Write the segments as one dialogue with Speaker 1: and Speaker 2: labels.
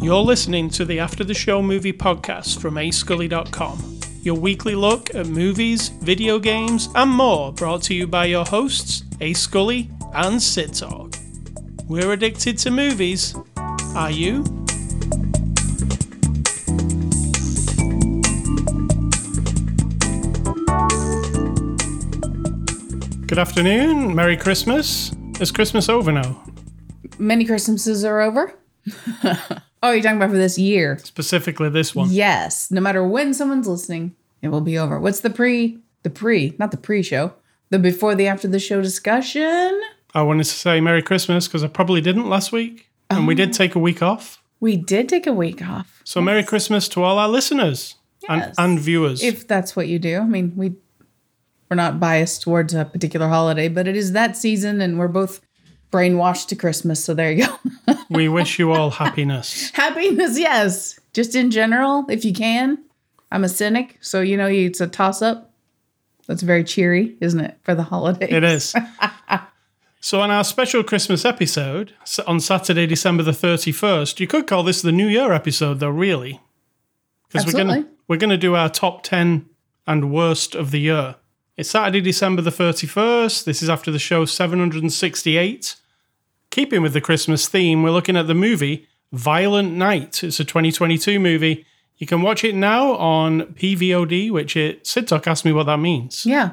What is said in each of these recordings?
Speaker 1: You're listening to the After the Show Movie Podcast from ascully.com, your weekly look at movies, video games, and more brought to you by your hosts, A Scully and Sitorg. We're addicted to movies. Are you? Good afternoon. Merry Christmas. Is Christmas over now?
Speaker 2: many Christmases are over. oh, you're talking about for this year?
Speaker 1: Specifically this one.
Speaker 2: Yes. No matter when someone's listening, it will be over. What's the pre? The pre, not the pre-show. The before the after the show discussion.
Speaker 1: I wanted to say Merry Christmas because I probably didn't last week. And we
Speaker 2: Oh.
Speaker 1: did take a week off.
Speaker 2: We did take a week off.
Speaker 1: So Merry Christmas to all our listeners
Speaker 2: Yes.
Speaker 1: and, and viewers.
Speaker 2: If that's what you do. I mean, we we're not biased towards a particular holiday, but it is that season and we're both brainwashed to Christmas, so there you go.
Speaker 1: we wish you all happiness.
Speaker 2: Happiness, yes. Just in general, if you can. I'm a cynic, so you know it's a toss up. That's very cheery, isn't it, for the holiday?
Speaker 1: It is. So, on our special Christmas episode s- on Saturday, December the 31st, you could call this the New Year episode, though, really. Because we're going to
Speaker 2: Absolutely.
Speaker 1: we're gonna do our top 10 and worst of the year. It's Saturday, December the 31st. This is after the show 768. Keeping with the Christmas theme, we're looking at the movie Violent Night. It's a 2022 movie. You can watch it now on PVOD, which it, Sid Talk asked me what that means.
Speaker 2: Yeah.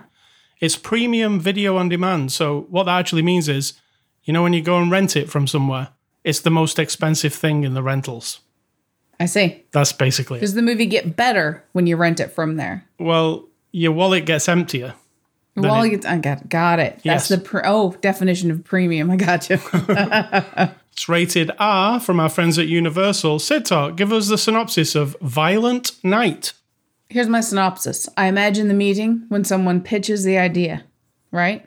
Speaker 1: It's premium video on demand. So what that actually means is, you know, when you go and rent it from somewhere, it's the most expensive thing in the rentals.
Speaker 2: I see.
Speaker 1: That's basically it.
Speaker 2: Does the movie get better when you rent it from there?
Speaker 1: Well, your wallet gets emptier.
Speaker 2: Well, you I got, got it.
Speaker 1: Yes.
Speaker 2: That's the pre- oh definition of premium. I got you.
Speaker 1: It's rated R from our friends at Universal. Sid Talk, give us the synopsis of Violent Night.
Speaker 2: Here's my synopsis. I imagine the meeting when someone pitches the idea, right?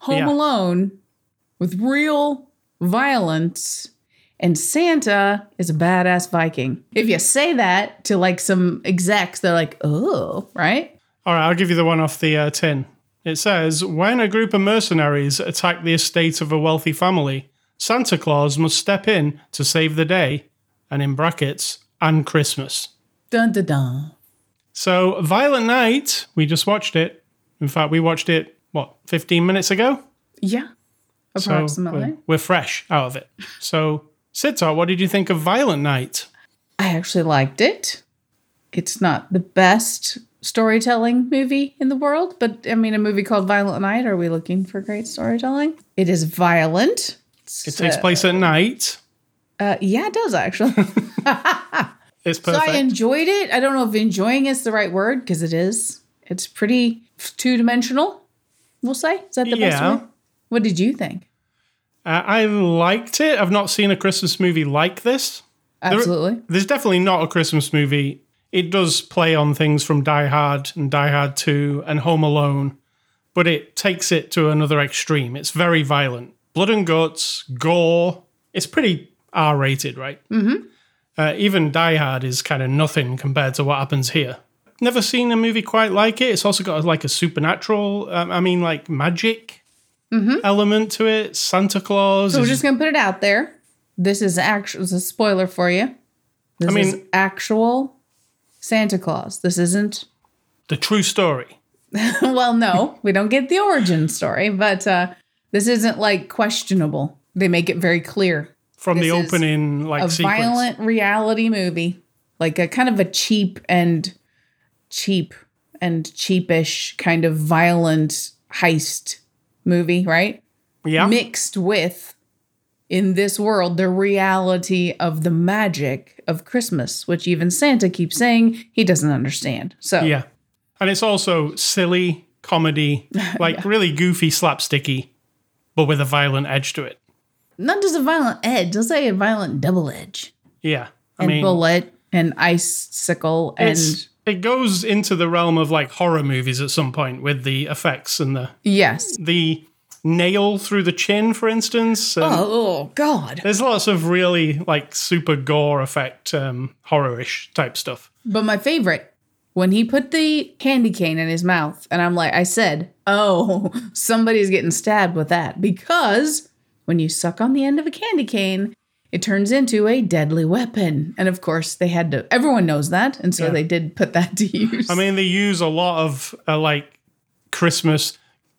Speaker 2: Home
Speaker 1: Yeah.
Speaker 2: Alone with real violence, and Santa is a badass Viking. If you say that to like some execs, they're like, oh, right?
Speaker 1: All right, I'll give you the one off the uh, tin. It says When a group of mercenaries attack the estate of a wealthy family, Santa Claus must step in to save the day, and in brackets, and Christmas.
Speaker 2: Dun dun dun.
Speaker 1: So, Violent Night, we just watched it. In fact, we watched it, what, 15 minutes ago?
Speaker 2: Yeah,
Speaker 1: So
Speaker 2: approximately.
Speaker 1: we're, we're fresh out of it. So, Sitar, what did you think of Violent Night?
Speaker 2: I actually liked it. It's not the best storytelling movie in the world, but I mean, a movie called Violent Night. Are we looking for great storytelling? It is violent.
Speaker 1: It takes place at night.
Speaker 2: Uh, yeah, it does actually.
Speaker 1: It's
Speaker 2: so I
Speaker 1: perfect.
Speaker 2: enjoyed it. I don't know if enjoying is the right word because it is. It's pretty two dimensional. We'll say is that the
Speaker 1: Yeah.
Speaker 2: best one? What did you think?
Speaker 1: Uh, I liked it. I've not seen a Christmas movie like this.
Speaker 2: Absolutely.
Speaker 1: There's definitely not a Christmas movie. It does play on things from Die Hard and Die Hard 2 and Home Alone, but it takes it to another extreme. It's very violent. Blood and guts, gore. It's pretty R rated, right? Mm-hmm. Uh, even Die Hard is kind of nothing compared to what happens here. Never seen a movie quite like it. It's also got like a supernatural, um, I mean, like magic element to it. Santa Claus.
Speaker 2: Mm-hmm. So we're
Speaker 1: is-
Speaker 2: just gonna put it out there. This is actual. This is a spoiler for you. This
Speaker 1: I
Speaker 2: is
Speaker 1: mean-
Speaker 2: actual Santa Claus. This isn't.
Speaker 1: the true story.
Speaker 2: well, no, we don't get the origin story, but uh, this isn't like questionable. They make it very clear.
Speaker 1: From the
Speaker 2: This is
Speaker 1: opening, like
Speaker 2: A
Speaker 1: sequence.
Speaker 2: violent reality movie, like a kind of a cheap and cheap and cheapish kind of violent heist movie, right?
Speaker 1: yeah.
Speaker 2: mixed with in this world the reality of the magic of christmas which even santa keeps saying he doesn't understand so
Speaker 1: Yeah. And it's also silly comedy, like really goofy, slapsticky, but with a violent edge to it.
Speaker 2: not just a violent edge i'll say a violent double edge
Speaker 1: Yeah. I
Speaker 2: and
Speaker 1: mean,
Speaker 2: bullet and icicle and
Speaker 1: it's, it goes into the realm of like horror movies at some point with the effects and the
Speaker 2: yes
Speaker 1: the nail through the chin, for instance. And
Speaker 2: oh god
Speaker 1: There's lots of really like super gore effect, um, horror ish type stuff.
Speaker 2: but my favorite When he put the candy cane in his mouth, and I'm like, I said, oh, somebody's getting stabbed with that. Because when you suck on the end of a candy cane, it turns into a deadly weapon. And of course, they had to, everyone knows that. And so
Speaker 1: Yeah.
Speaker 2: they did put that to use.
Speaker 1: I mean, they use a lot of uh, like Christmas,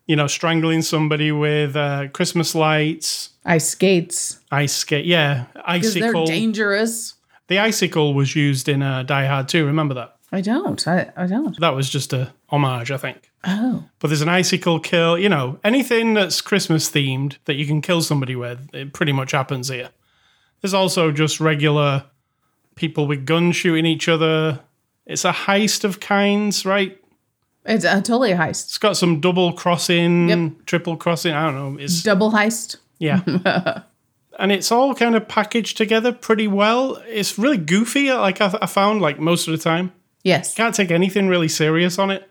Speaker 1: you know, strangling somebody with uh, Christmas lights,
Speaker 2: ice skates,
Speaker 1: ice skate. Yeah,
Speaker 2: because they're
Speaker 1: icicle.
Speaker 2: dangerous.
Speaker 1: the icicle was used in uh, Die Hard 2. Remember that?
Speaker 2: I don't. I, I don't.
Speaker 1: That was just a homage, I think.
Speaker 2: Oh.
Speaker 1: But there's an icicle kill, you know, anything that's Christmas themed that you can kill somebody with, it pretty much happens here. There's also just regular people with guns shooting each other. It's a heist of kinds, right?
Speaker 2: It's uh, totally a heist.
Speaker 1: It's got some double crossing,
Speaker 2: Yep.
Speaker 1: triple crossing. I don't know. It's
Speaker 2: Double heist.
Speaker 1: yeah, and it's all kind of packaged together pretty well. It's really goofy. Like I, I found, like most of the time,
Speaker 2: Yes.
Speaker 1: can't take anything really serious on it.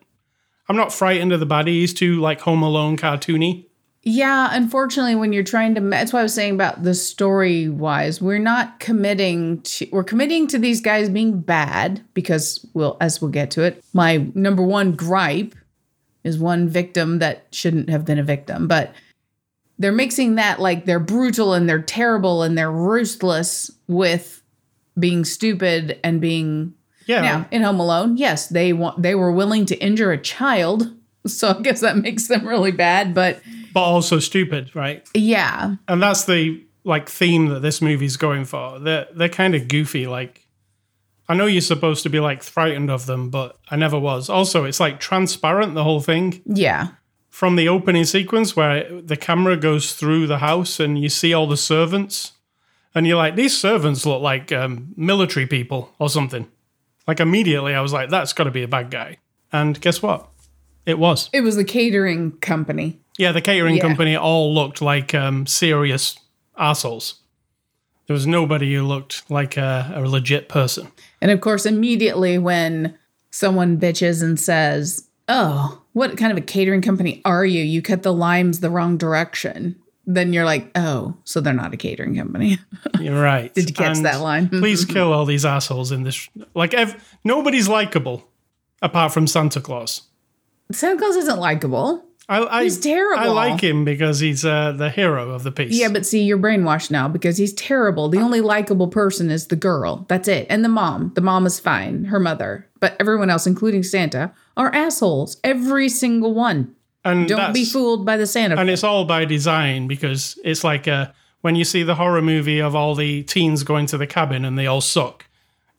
Speaker 1: I'm not frightened of the baddies too, like Home Alone cartoony.
Speaker 2: Yeah, unfortunately, when you're trying to, ma- that's what I was saying about the story wise. We're not committing to, we're committing to these guys being bad because we'll, as we'll get to it, my number one gripe is one victim that shouldn't have been a victim, but they're mixing that like they're brutal and they're terrible and they're ruthless with being stupid and being
Speaker 1: Yeah,
Speaker 2: now in Home Alone, yes, they want they were willing to injure a child, so I guess that makes them really bad. But
Speaker 1: but also stupid, right?
Speaker 2: yeah,
Speaker 1: And that's the like theme that this movie's going for. They're they're kind of goofy. Like I know you're supposed to be like frightened of them, but I never was. Also, it's like transparent the whole thing.
Speaker 2: yeah,
Speaker 1: from the opening sequence where the camera goes through the house and you see all the servants, and you're like, these servants look like um, military people or something. Like immediately, I was like, that's got to be a bad guy. And guess what? It was.
Speaker 2: it was the catering company.
Speaker 1: Yeah, the catering
Speaker 2: Yeah.
Speaker 1: company all looked like um, serious assholes. There was nobody who looked like a, a legit person.
Speaker 2: And of course, immediately when someone bitches and says, "Oh, what kind of a catering company are you? You cut the limes the wrong direction." Then you're like, "Oh, so they're not a catering company."
Speaker 1: You're right.
Speaker 2: Did you catch
Speaker 1: And
Speaker 2: that line?
Speaker 1: please kill all these assholes in this. Like, ev- nobody's likable apart from Santa Claus.
Speaker 2: Santa Claus isn't likable.
Speaker 1: I, I,
Speaker 2: He's terrible.
Speaker 1: I like him because he's uh, the hero of the piece.
Speaker 2: Yeah, but see, you're brainwashed now because he's terrible. The only likable person is the girl. That's it. And the mom. The mom is fine, her mother. But everyone else, including Santa, are assholes. Every single one.
Speaker 1: and
Speaker 2: Don't be
Speaker 1: that's-
Speaker 2: fooled by the Santa.
Speaker 1: And it's all by design because it's like uh when you see the horror movie of all the teens going to the cabin and they all suck.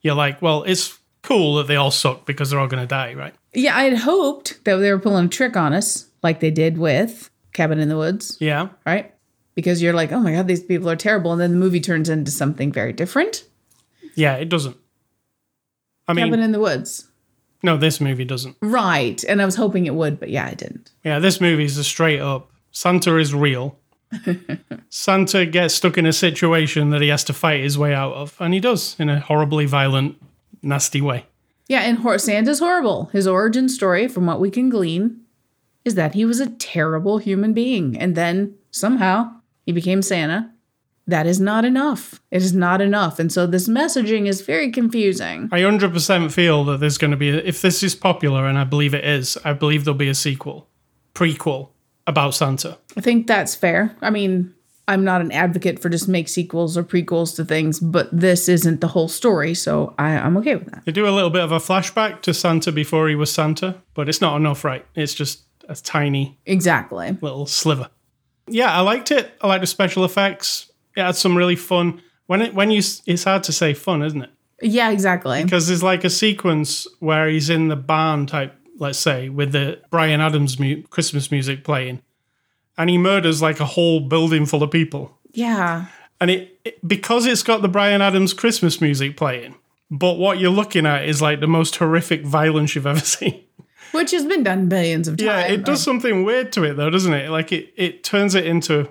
Speaker 1: You're like, well, it's cool that they all suck because they're all going to die, right?
Speaker 2: yeah, I had hoped that they were pulling a trick on us, like they did with Cabin in the Woods,
Speaker 1: Yeah.
Speaker 2: right? Because you're like, oh my God, these people are terrible. And then the movie turns into something very different.
Speaker 1: Yeah, it doesn't. I mean,
Speaker 2: Cabin in the Woods.
Speaker 1: no, this movie doesn't.
Speaker 2: Right. And I was hoping it would, but yeah, it didn't.
Speaker 1: Yeah, this movie is a straight up Santa is real. Santa gets stuck in a situation that he has to fight his way out of, and he does in a horribly violent, nasty way.
Speaker 2: Yeah, and Hor- Santa's horrible. His origin story, from what we can glean, is that he was a terrible human being. And then somehow he became Santa. That is not enough. It is not enough. And so this messaging is very confusing.
Speaker 1: I 100% feel that there's going to be, a, if this is popular, and I believe it is, I believe there'll be a sequel, prequel about Santa.
Speaker 2: I think that's fair. I mean, I'm not an advocate for just make sequels or prequels to things, but this isn't the whole story. So I, I'm okay with that.
Speaker 1: They do a little bit of a flashback to Santa before he was Santa, but it's not enough, right? It's just a tiny
Speaker 2: Exactly.
Speaker 1: little sliver. Yeah, I liked it. I liked the special effects. It had some really fun. When it, when you, s- it's hard to say fun, isn't it?
Speaker 2: Yeah, exactly.
Speaker 1: Because there's like a sequence where he's in the barn type, let's say, with the Brian Adams mu- Christmas music playing, and he murders like a whole building full of people.
Speaker 2: Yeah.
Speaker 1: And it, it because it's got the Brian Adams Christmas music playing, but what you're looking at is like the most horrific violence you've ever seen.
Speaker 2: Which has been done billions of times.
Speaker 1: Yeah, it does something weird to it though, doesn't it? Like it, it turns it into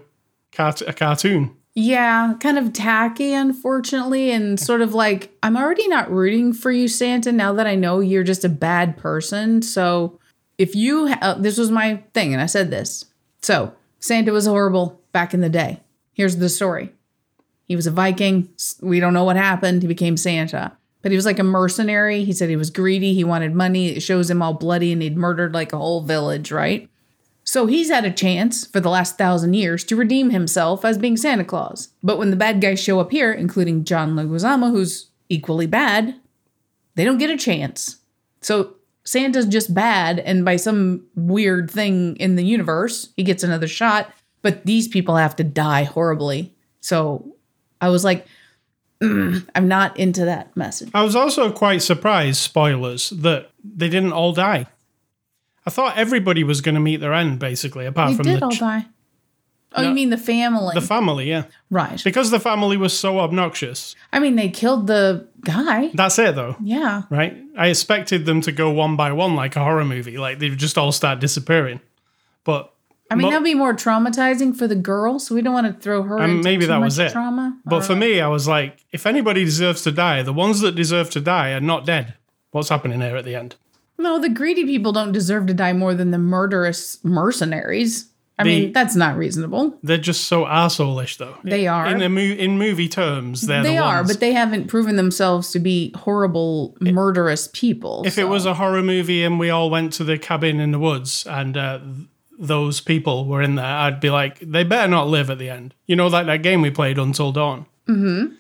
Speaker 1: cart- a cartoon.
Speaker 2: Yeah, kind of tacky, unfortunately, and sort of like, I'm already not rooting for you, Santa, now that I know you're just a bad person. So, if you, ha- uh, this was my thing, and I said this. So, Santa was horrible back in the day. Here's the story he was a Viking. S- We don't know what happened. He became Santa. But he was like a mercenary. He said he was greedy. He wanted money. It shows him all bloody and he'd murdered like a whole village, right? So he's had a chance for the last thousand years to redeem himself as being Santa Claus. But when the bad guys show up here, including John Leguizamo, who's equally bad, they don't get a chance. So Santa's just bad, and by some weird thing in the universe, he gets another shot. But these people have to die horribly. So I was like, mm, I'm not into that message.
Speaker 1: I was also quite surprised, spoilers, that they didn't all die. I thought everybody was going to meet their end, basically, apart
Speaker 2: They
Speaker 1: from
Speaker 2: did
Speaker 1: the,
Speaker 2: all die. Oh,
Speaker 1: No.
Speaker 2: you mean the family?
Speaker 1: the family, yeah.
Speaker 2: right.
Speaker 1: Because the family was so obnoxious.
Speaker 2: I mean, they killed the guy.
Speaker 1: That's it, though,
Speaker 2: Yeah.
Speaker 1: right? I expected them to go one by one like a horror movie, like they just all start disappearing. But
Speaker 2: I mean,
Speaker 1: Mo-
Speaker 2: that'd be more traumatizing for the girl, so we don't want to throw her.
Speaker 1: Um,
Speaker 2: into
Speaker 1: maybe
Speaker 2: too
Speaker 1: that
Speaker 2: much
Speaker 1: was it.
Speaker 2: Trauma.
Speaker 1: But for me, I was like, if anybody deserves to die, the ones that deserve to die are not dead. What's happening here at the end?
Speaker 2: No, the greedy people don't deserve to die more than the murderous mercenaries. I
Speaker 1: The-
Speaker 2: mean, that's not reasonable.
Speaker 1: They're just so arsehole-ish, though.
Speaker 2: They are.
Speaker 1: in a mo- in movie terms. They're
Speaker 2: they
Speaker 1: the
Speaker 2: are,
Speaker 1: ones.
Speaker 2: but they haven't proven themselves to be horrible, murderous people.
Speaker 1: if it was a horror movie and we all went to the cabin in the woods and uh, th- those people were in there, I'd be like, they better not live at the end. You know, like that game we played, Until Dawn. Mm-hmm.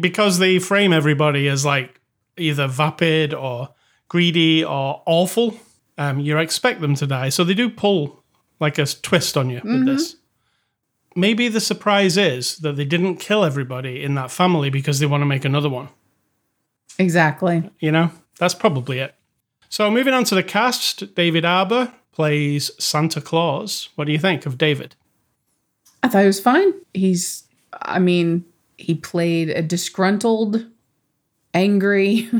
Speaker 1: Because they frame everybody as like either vapid or greedy or awful, um, you expect them to die. So they do pull like a s- twist on you with this. Maybe the surprise is that they didn't kill everybody in that family because they want to make another one
Speaker 2: exactly.
Speaker 1: you know that's probably it so moving on to the cast david arbor plays santa claus what do you think of david
Speaker 2: I thought he was fine. He's, I mean, he played a disgruntled, angry.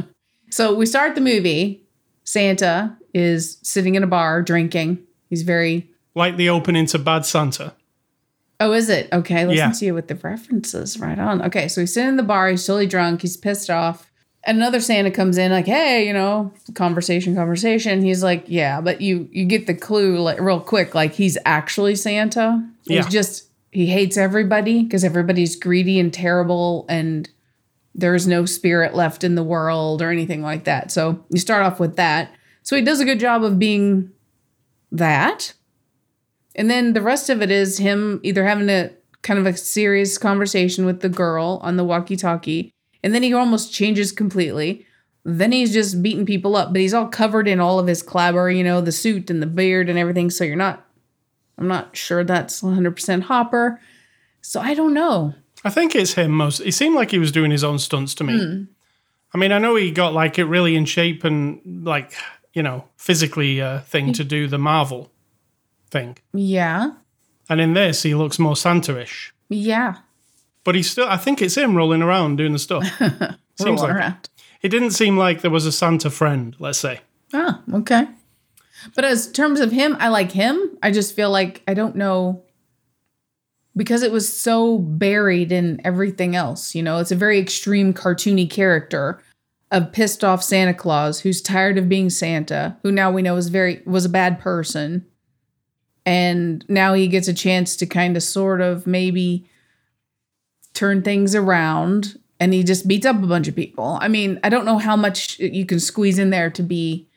Speaker 2: so we start the movie. Santa is sitting in a bar drinking. He's very.
Speaker 1: like the opening to bad santa
Speaker 2: Oh, is it? Okay, listen
Speaker 1: Yeah.
Speaker 2: to you with the references. Right on. Okay, so he's sitting in the bar. He's totally drunk. He's pissed off. Another Santa comes in, like, hey, you know, conversation, conversation. He's like, yeah, but you you get the clue like real quick, like he's actually Santa. He's
Speaker 1: Yeah.
Speaker 2: just he hates everybody because everybody's greedy and terrible, and there's no spirit left in the world or anything like that. So you start off with that. So he does a good job of being that. And then the rest of it is him either having a kind of a serious conversation with the girl on the walkie talkie, and then he almost changes completely. Then he's just beating people up, but he's all covered in all of his clabber, you know, the suit and the beard and everything. So you're not, I'm not sure that's 100% Hopper. So I don't know.
Speaker 1: i think it's him most it seemed like he was doing his own stunts to me i mean i know he got like it really in shape and like you know physically uh, thing to do the marvel thing
Speaker 2: Yeah.
Speaker 1: and in this he looks more santa-ish
Speaker 2: Yeah.
Speaker 1: but he still i think it's him rolling around doing the stuff seems
Speaker 2: Roll
Speaker 1: like it.
Speaker 2: around.
Speaker 1: it didn't seem like there was a santa friend let's say
Speaker 2: Ah, okay. But as terms of him, I like him. I just feel like I don't know because it was so buried in everything else. You know, it's a very extreme cartoony character of pissed off Santa Claus who's tired of being Santa, who now we know is very was a bad person. And now he gets a chance to kind of sort of maybe turn things around and he just beats up a bunch of people. I mean, I don't know how much you can squeeze in there to be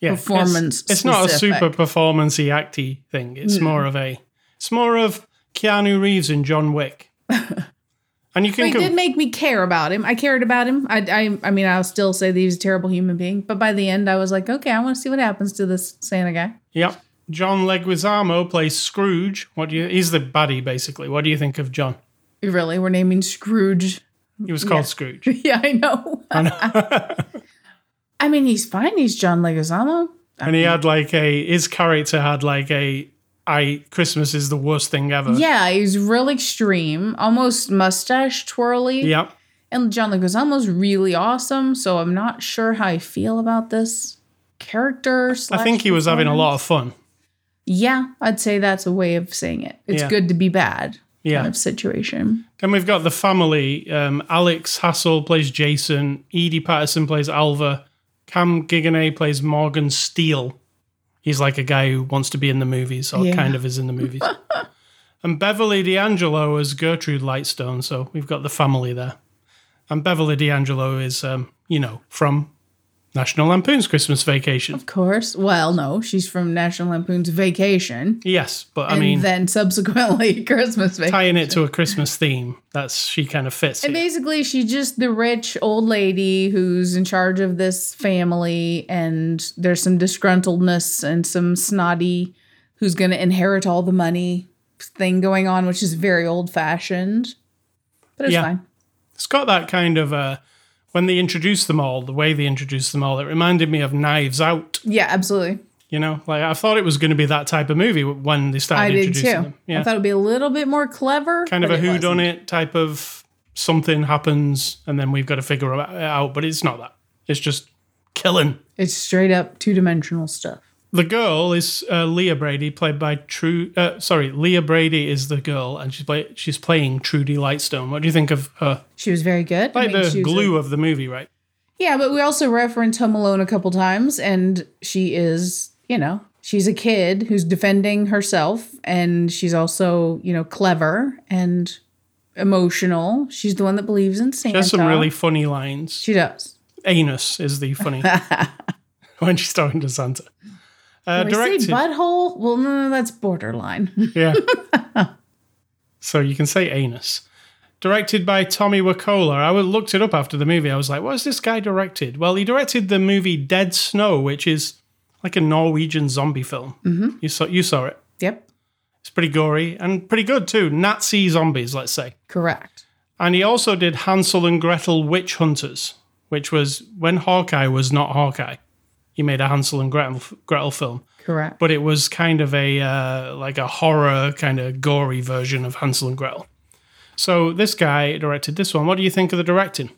Speaker 1: yeah,
Speaker 2: performance
Speaker 1: It's, it's not a
Speaker 2: specific. Hmm.
Speaker 1: super performancey acty thing. It's more of a it's more of Keanu Reeves and John Wick. and you can
Speaker 2: It did
Speaker 1: com-
Speaker 2: make me care about him. I cared about him. I, I, I mean, I'll still say that he's a terrible human being, but by the end, I was like, okay, I want to see what happens to this Santa guy.
Speaker 1: yeah. John Leguizamo plays Scrooge. What do you? He's the baddie basically. What do you think of John?
Speaker 2: Really, we're naming Scrooge.
Speaker 1: He was called Scrooge.
Speaker 2: yeah, I know. I, mean, he's fine. He's John Leguizamo.
Speaker 1: And he had like a his character had like a I Christmas is the worst thing ever.
Speaker 2: Yeah, he's real extreme, almost mustache twirly.
Speaker 1: Yeah.
Speaker 2: And John Leguizamo's really awesome, so I'm not sure how I feel about this character.
Speaker 1: I think he was having a lot of fun.
Speaker 2: Yeah, I'd say that's a way of saying it. It's
Speaker 1: Yeah.
Speaker 2: good to be bad.
Speaker 1: Yeah.
Speaker 2: kind of situation.
Speaker 1: Then we've got the family. Um, Alex Hassel plays Jason. Edie Patterson plays Alva. Cam Giganay plays Morgan Steele. He's like a guy who wants to be in the movies, or
Speaker 2: Yeah.
Speaker 1: kind of is in the movies. and Beverly D'Angelo as Gertrude Lightstone. So we've got the family there. And Beverly D'Angelo is, um, you know, from National Lampoon's Christmas Vacation.
Speaker 2: Of course. Well, no, she's from National Lampoon's Vacation.
Speaker 1: Yes, but I
Speaker 2: and
Speaker 1: mean,
Speaker 2: then subsequently Christmas Vacation.
Speaker 1: tying it to a Christmas theme, that's she kind of fits.
Speaker 2: And
Speaker 1: here.
Speaker 2: basically, she's just the rich old lady who's in charge of this family, and there's some disgruntledness and some snotty who's going to inherit all the money thing going on, which is very old fashioned. But it's
Speaker 1: Yeah.
Speaker 2: fine.
Speaker 1: It's got that kind of uh, when they introduce them all, the way they introduce them all, it reminded me of Knives Out.
Speaker 2: Yeah, absolutely.
Speaker 1: You know, like I thought it was going to be that type of movie when they started
Speaker 2: I did
Speaker 1: introducing
Speaker 2: too.
Speaker 1: them. Yeah,
Speaker 2: I thought it'd be a little bit more clever.
Speaker 1: kind of a
Speaker 2: but it wasn't.
Speaker 1: whodunit type of something happens and then we've got to figure it out. But it's not that. It's just killing.
Speaker 2: It's straight up two dimensional stuff.
Speaker 1: The girl is uh, Leah Brady, played by True. Uh, sorry, Leah Brady is the girl, and she's play, she's playing Trudy Lightstone. What do you think of her?
Speaker 2: She was very good. I
Speaker 1: Like
Speaker 2: mean, she
Speaker 1: the
Speaker 2: was a-
Speaker 1: glue of the movie, right?
Speaker 2: Yeah, but we also referenced Home Alone a couple times, and she is, you know, she's a kid who's defending herself, and she's also, you know, clever and emotional. She's the one that believes in Santa.
Speaker 1: There's some really funny lines.
Speaker 2: She does.
Speaker 1: Anus is the funny when she's talking to Santa. Uh,
Speaker 2: Do I say
Speaker 1: directed,
Speaker 2: butthole? Well, no, no, that's borderline.
Speaker 1: yeah. so you can say anus. Directed by Tommy Wakola. I wa- looked it up after the movie. I was like, what has this guy directed? Well, he directed the movie Dead Snow, which is like a Norwegian zombie film. Mm-hmm. You saw you saw it.
Speaker 2: yep,
Speaker 1: It's pretty gory and pretty good too. Nazi zombies, let's say.
Speaker 2: correct.
Speaker 1: And he also did Hansel and Gretel Witch Hunters, which was when Hawkeye was not Hawkeye. He made a Hansel and Gretel, Gretel film,
Speaker 2: Correct.
Speaker 1: but it was kind of a uh, like a horror kind of gory version of Hansel and Gretel. So this guy directed this one. What do you think of the directing?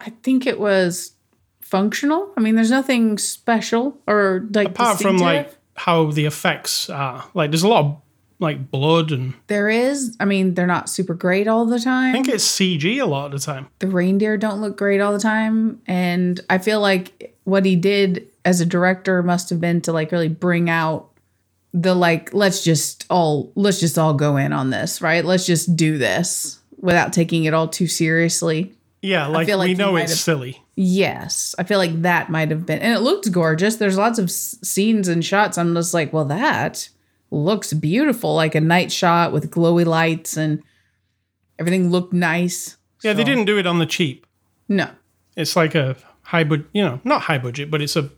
Speaker 2: I think it was functional. I mean, there's nothing special or like
Speaker 1: Apart from
Speaker 2: distinctive.
Speaker 1: like how the effects are, like there's a lot of like blood and
Speaker 2: there is. I mean, they're not super great all the time.
Speaker 1: I think it's CG a lot of the time.
Speaker 2: the reindeer don't look great all the time and i feel like what he did as a director must have been to like really bring out the like let's just all let's just all go in on this right let's just do this without taking it all too seriously
Speaker 1: Yeah, like,
Speaker 2: feel like
Speaker 1: we
Speaker 2: he
Speaker 1: know
Speaker 2: might
Speaker 1: it's
Speaker 2: have-
Speaker 1: silly.
Speaker 2: yes i feel like that might have been and it looked gorgeous there's lots of s- scenes and shots i'm just like well that looks beautiful like a night shot with glowy lights and everything looked nice
Speaker 1: Yeah, they
Speaker 2: So-
Speaker 1: didn't do it on the cheap.
Speaker 2: no
Speaker 1: It's like a high budget, you know, not high budget, but it's a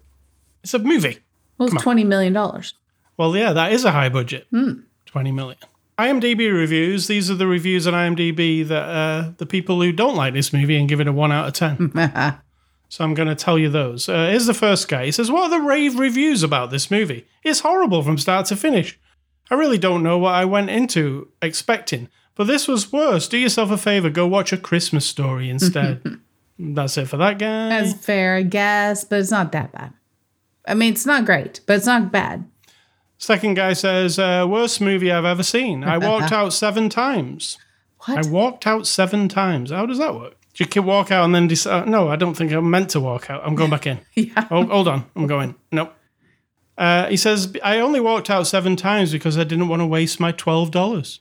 Speaker 1: it's a movie.
Speaker 2: well it's 20 million dollars
Speaker 1: Well, yeah, that is a high budget. 20 million. IMDb reviews. These are the reviews on IMDb that uh, the people who don't like this movie and give it a 1 out of
Speaker 2: Hmm.
Speaker 1: 10. so I'm going to tell you those. Uh, here's the first guy. He says, What are the rave reviews about this movie? It's horrible from start to finish. I really don't know what I went into expecting, but this was worse. Do yourself a favor, go watch A Christmas Story instead. That's it for that guy.
Speaker 2: That's fair, I guess, but it's not that bad. I mean, it's not great, but it's not bad.
Speaker 1: Second guy says, uh, worst movie I've ever seen. I walked out seven times.
Speaker 2: What?
Speaker 1: I walked out seven times. How does that work? Do you can walk out and then decide? No, I don't think I'm meant to walk out. I'm going back in.
Speaker 2: Yeah.
Speaker 1: oh, hold on. I'm going. Nope. Uh, he says, I only walked out seven times because I didn't want to waste my $12.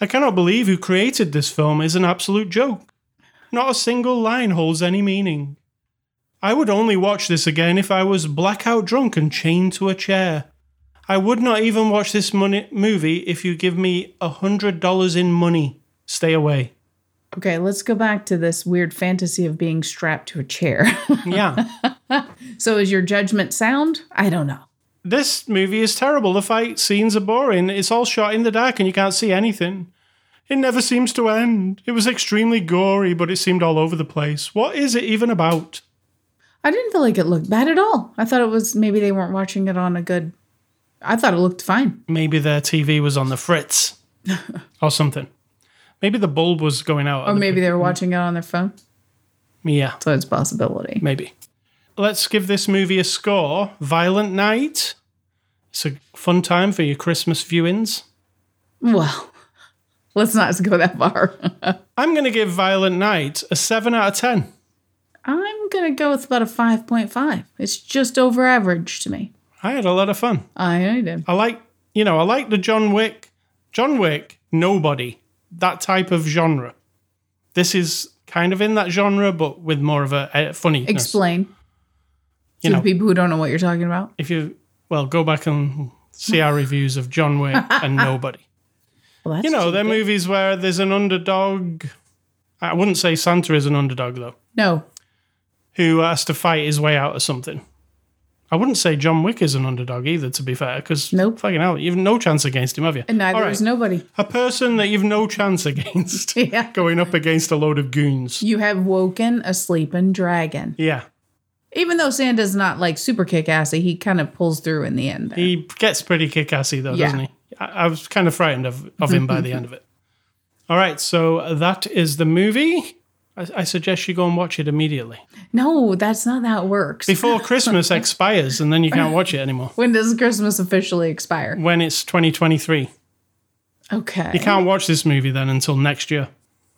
Speaker 1: I cannot believe who created this film is an absolute joke. Not a single line holds any meaning. I would only watch this again if I was blackout drunk and chained to a chair. I would not even watch this money- movie if you give me a $100 in money. Stay away.
Speaker 2: Okay, let's go back to this weird fantasy of being strapped to a chair.
Speaker 1: Yeah.
Speaker 2: so, is your judgment sound? I don't know.
Speaker 1: this movie is terrible. The fight scenes are boring. It's all shot in the dark and you can't see anything. It never seems to end. It was extremely gory, but it seemed all over the place. What is it even about?
Speaker 2: I didn't feel like it looked bad at all. I thought it was maybe they weren't watching it on a good. I thought it looked fine.
Speaker 1: Maybe their TV was on the fritz or something. Maybe the bulb was going out.
Speaker 2: Or maybe they were watching it on their phone.
Speaker 1: Yeah,
Speaker 2: So, it's a possibility.
Speaker 1: maybe. Let's give this movie a score. Violent Night. It's a fun time for your Christmas viewings.
Speaker 2: Well, let's not go that far.
Speaker 1: I'm going to give Violent Night a 7 out of 10.
Speaker 2: I'm going to go with about a 5.5. It's just over average to me.
Speaker 1: I had a lot of fun.
Speaker 2: I did.
Speaker 1: I like, you know, I like the John Wick, John Wick, nobody, that type of genre. This is kind of in that genre, but with more of a, a funny.
Speaker 2: Explain
Speaker 1: You
Speaker 2: to
Speaker 1: know,
Speaker 2: the people who don't know what you're talking about.
Speaker 1: if you well go back and see our reviews of John Wick and Nobody.
Speaker 2: Well, that's
Speaker 1: You know, they're
Speaker 2: cheating.
Speaker 1: movies where there's an underdog. I wouldn't say Santa is an underdog though,
Speaker 2: No,
Speaker 1: who has to fight his way out of something. I wouldn't say John Wick is an underdog either, to be fair, because
Speaker 2: Nope.
Speaker 1: fucking hell, you've no chance against him, have you?
Speaker 2: and neither
Speaker 1: All right.
Speaker 2: is nobody.
Speaker 1: a person that you've no chance against
Speaker 2: Yeah.
Speaker 1: going up against a load of goons.
Speaker 2: You have woken a sleeping dragon.
Speaker 1: Yeah,
Speaker 2: Even though Santa's not like super kick assy, he kind of pulls through in the end. there.
Speaker 1: he gets pretty kick-assy though,
Speaker 2: Yeah.
Speaker 1: doesn't he? I, I was kind of frightened of, of him by the end of it. All right, so that is the movie. I, I suggest you go and watch it immediately
Speaker 2: No, that's not how it works.
Speaker 1: before Christmas expires, and then you can't watch it anymore.
Speaker 2: when does Christmas officially expire?
Speaker 1: When it's 2023,
Speaker 2: Okay.
Speaker 1: you can't watch this movie then until next year.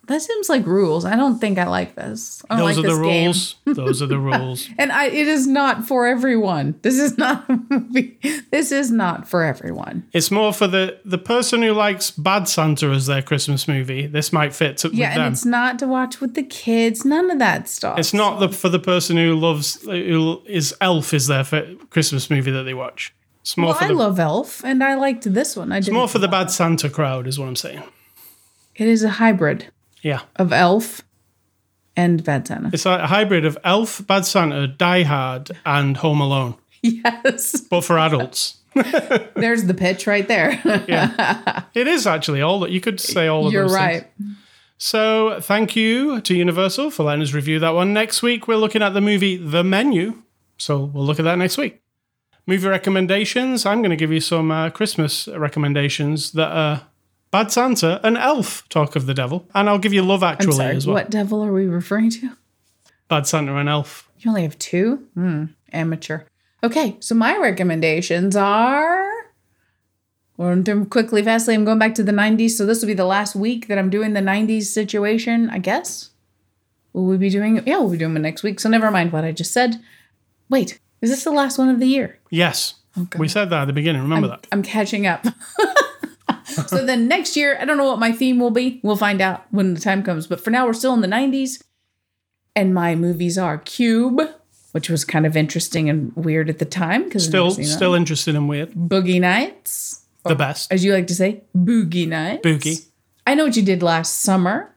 Speaker 2: That seems like rules. I don't think I like this. I don't
Speaker 1: Those
Speaker 2: like
Speaker 1: are
Speaker 2: this
Speaker 1: the
Speaker 2: game.
Speaker 1: rules. Those are the rules.
Speaker 2: And I, it is not for everyone. This is not a movie. This is not for everyone.
Speaker 1: It's more for the the person who likes Bad Santa as their Christmas movie. This might fit to,
Speaker 2: Yeah,
Speaker 1: with
Speaker 2: and
Speaker 1: them.
Speaker 2: it's not to watch with the kids. None of that stuff.
Speaker 1: It's not the for the person who loves who is Elf is their fa- Christmas movie that they watch. It's more
Speaker 2: Well,
Speaker 1: for
Speaker 2: I
Speaker 1: the
Speaker 2: love Elf, and I liked this one. I did.
Speaker 1: more for the bad Santa crowd is what I'm saying.
Speaker 2: It is a hybrid
Speaker 1: Yeah,
Speaker 2: of Elf and Bad Santa.
Speaker 1: it's a hybrid of Elf, Bad Santa, Die Hard, and Home Alone,
Speaker 2: Yes,
Speaker 1: but for adults.
Speaker 2: there's the pitch right there.
Speaker 1: It is actually all that you could say all of
Speaker 2: You're
Speaker 1: those things.
Speaker 2: right.
Speaker 1: So thank you to Universal for letting us review that one. Next week we're looking at the movie The Menu, so we'll look at that next week. Movie recommendations. I'm going to give you some uh, Christmas recommendations that are Bad Santa and Elf Talk of the Devil, and I'll give you Love
Speaker 2: I'm
Speaker 1: Actually
Speaker 2: sorry.
Speaker 1: as well.
Speaker 2: What devil are we referring to?
Speaker 1: Bad Santa and Elf.
Speaker 2: You only have two? Hmm, amateur. Okay, so my recommendations are. Well, them quickly, fastly, I'm going back to the 90s. So this will be the last week that I'm doing the 90s situation, I guess. Will we be doing it? Yeah, we'll be doing it next week. So never mind what I just said. Wait, is this the last one of the year?
Speaker 1: Yes,
Speaker 2: Okay.
Speaker 1: we said that at the beginning. Remember that.
Speaker 2: I'm catching up. so then next year, I don't know what my theme will be. We'll find out when the time comes. But for now, we're still in the 90s. And my movies are Cube, which was kind of interesting and weird at the time because
Speaker 1: Still, still interested and weird.
Speaker 2: Boogie Nights,
Speaker 1: The best.
Speaker 2: as you like to say, Boogie Nights.
Speaker 1: Boogie.
Speaker 2: I know what you did last summer,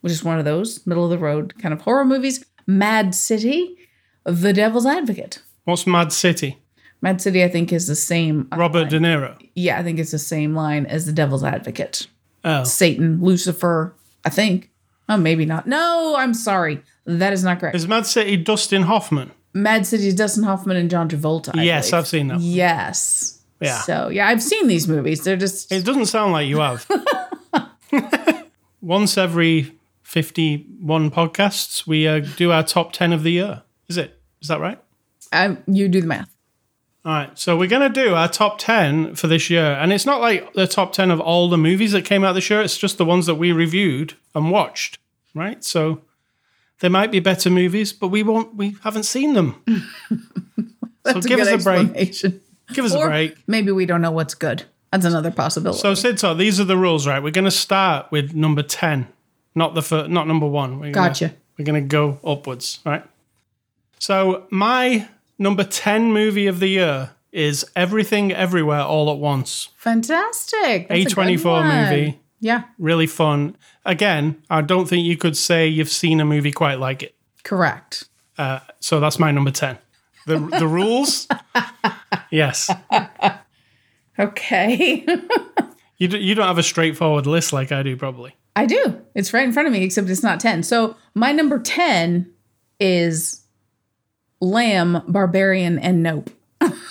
Speaker 2: which is one of those middle of the road kind of horror movies. Mad City, The Devil's Advocate.
Speaker 1: What's Mad City?
Speaker 2: Mad City, I think, is the same.
Speaker 1: Robert De Niro.
Speaker 2: Yeah, I think it's the same line as The Devil's Advocate.
Speaker 1: Oh,
Speaker 2: Satan, Lucifer, I think. Oh, maybe not. No, I'm sorry. That is not correct.
Speaker 1: is Mad City Dustin Hoffman?
Speaker 2: Mad City's Dustin Hoffman and John Travolta. I
Speaker 1: yes,
Speaker 2: believe.
Speaker 1: I've seen that.
Speaker 2: Yes.
Speaker 1: Yeah.
Speaker 2: So, yeah, I've seen these movies. They're just,
Speaker 1: It doesn't sound like you have. Once every 51 podcasts, we uh, do our top 10 of the year. Is it? Is that right?
Speaker 2: I, you do the math.
Speaker 1: All right. So we're going to do our top 10 for this year. And it's not like the top 10 of all the movies that came out this year, it's just the ones that we reviewed and watched, right? So there might be better movies, but we won't we haven't seen them. so
Speaker 2: That's
Speaker 1: give us
Speaker 2: good
Speaker 1: a break.
Speaker 2: explanation.
Speaker 1: Give us a
Speaker 2: Or
Speaker 1: break.
Speaker 2: maybe we don't know what's good. That's another possibility.
Speaker 1: So Sid, so these are the rules, right? We're going to start with number 10, not the fir- not number 1. We're gonna-
Speaker 2: gotcha.
Speaker 1: We're going to go upwards, all right? So, my number 10 movie of the year is Everything Everywhere All at Once.
Speaker 2: Fantastic. That's a good
Speaker 1: A24
Speaker 2: one.
Speaker 1: movie,
Speaker 2: Yeah,
Speaker 1: really fun. Again, I don't think you could say you've seen a movie quite like it.
Speaker 2: correct.
Speaker 1: Uh, so, that's my number 10. The, the rules? Yes.
Speaker 2: Okay.
Speaker 1: You, do, you don't have a straightforward list like I do, probably.
Speaker 2: I do. It's right in front of me, except it's not 10. So my number 10 is Lamb, Barbarian, and Nope.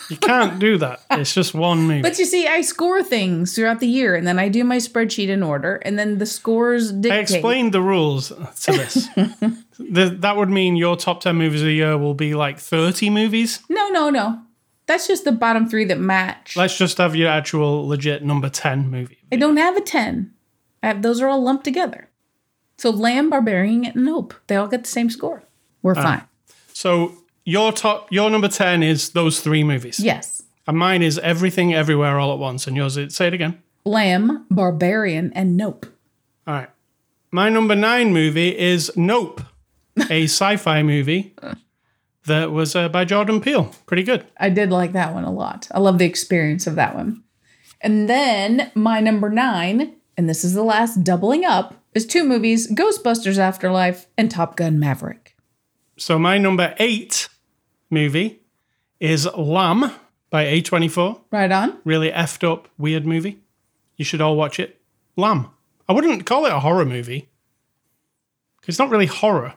Speaker 1: You can't do that. It's just one movie.
Speaker 2: But you see, I score things throughout the year and then I do my spreadsheet in order and then the scores
Speaker 1: I
Speaker 2: dictate.
Speaker 1: explained the rules to this. Th that would mean your top 10 movies a year will be like 30 movies.
Speaker 2: No, no, no. That's just the bottom three that match.
Speaker 1: Let's just have your actual legit number 10 movie.
Speaker 2: I don't have a 10. I have, those are all lumped together. So Lamb, Barbarian, and Nope. They all get the same score. We're fine.
Speaker 1: So your top your number 10 is those three movies.
Speaker 2: Yes.
Speaker 1: And mine is Everything Everywhere All at Once and yours is say it again.
Speaker 2: Lamb, Barbarian, and Nope.
Speaker 1: All right. My number nine movie is Nope, a sci fi movie that was uh, by Jordan Peele. Pretty good.
Speaker 2: I did like that one a lot. I love the experience of that one. And then my number nine, and this is the last doubling up, is two movies Ghostbusters Afterlife and Top Gun Maverick.
Speaker 1: So, my number eight movie is Lamb by A24.
Speaker 2: Right on?
Speaker 1: Really effed up, weird movie. You should all watch it. Lamb. I wouldn't call it a horror movie. It's not really horror.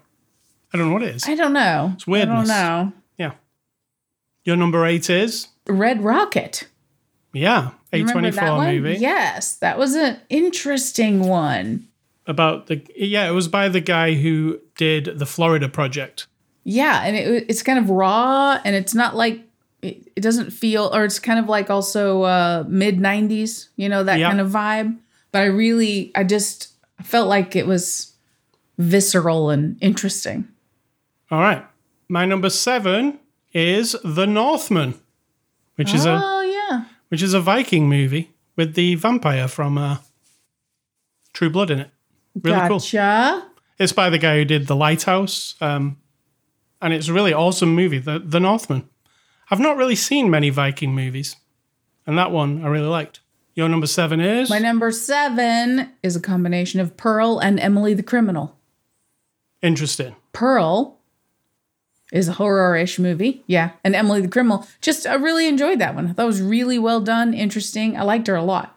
Speaker 1: I don't know what it is.
Speaker 2: I don't know. It's
Speaker 1: weirdness.
Speaker 2: I don't
Speaker 1: Yeah. Your number eight is?
Speaker 2: know. Red Rocket.
Speaker 1: Yeah,
Speaker 2: You remember that
Speaker 1: A24
Speaker 2: one?
Speaker 1: movie.
Speaker 2: Yes, that was an interesting one.
Speaker 1: About the. Yeah, it was by the guy who did the Florida Project.
Speaker 2: Yeah, and it, it's kind of raw, and it's not like it, it doesn't feel, or it's kind of like also uh, mid '90s, you know, that
Speaker 1: Yeah.
Speaker 2: kind of vibe. But I really, I just felt like it was visceral and interesting.
Speaker 1: All right. My number seven is The Northman, which is a
Speaker 2: oh yeah,
Speaker 1: which is a Viking movie with the vampire from uh, True Blood in it. Really cool.
Speaker 2: gotcha.
Speaker 1: It's by the guy who did The Lighthouse, um, and it's a really awesome movie, The The Northman. I've not really seen many Viking movies, and that one I really liked. Your number seven is
Speaker 2: My number seven is a combination of Pearl and Emily the Criminal.
Speaker 1: interesting.
Speaker 2: Pearl is a horror-ish movie. Yeah. And Emily the Criminal. Just I really enjoyed that one. I thought it was really well done, interesting. I liked her a lot.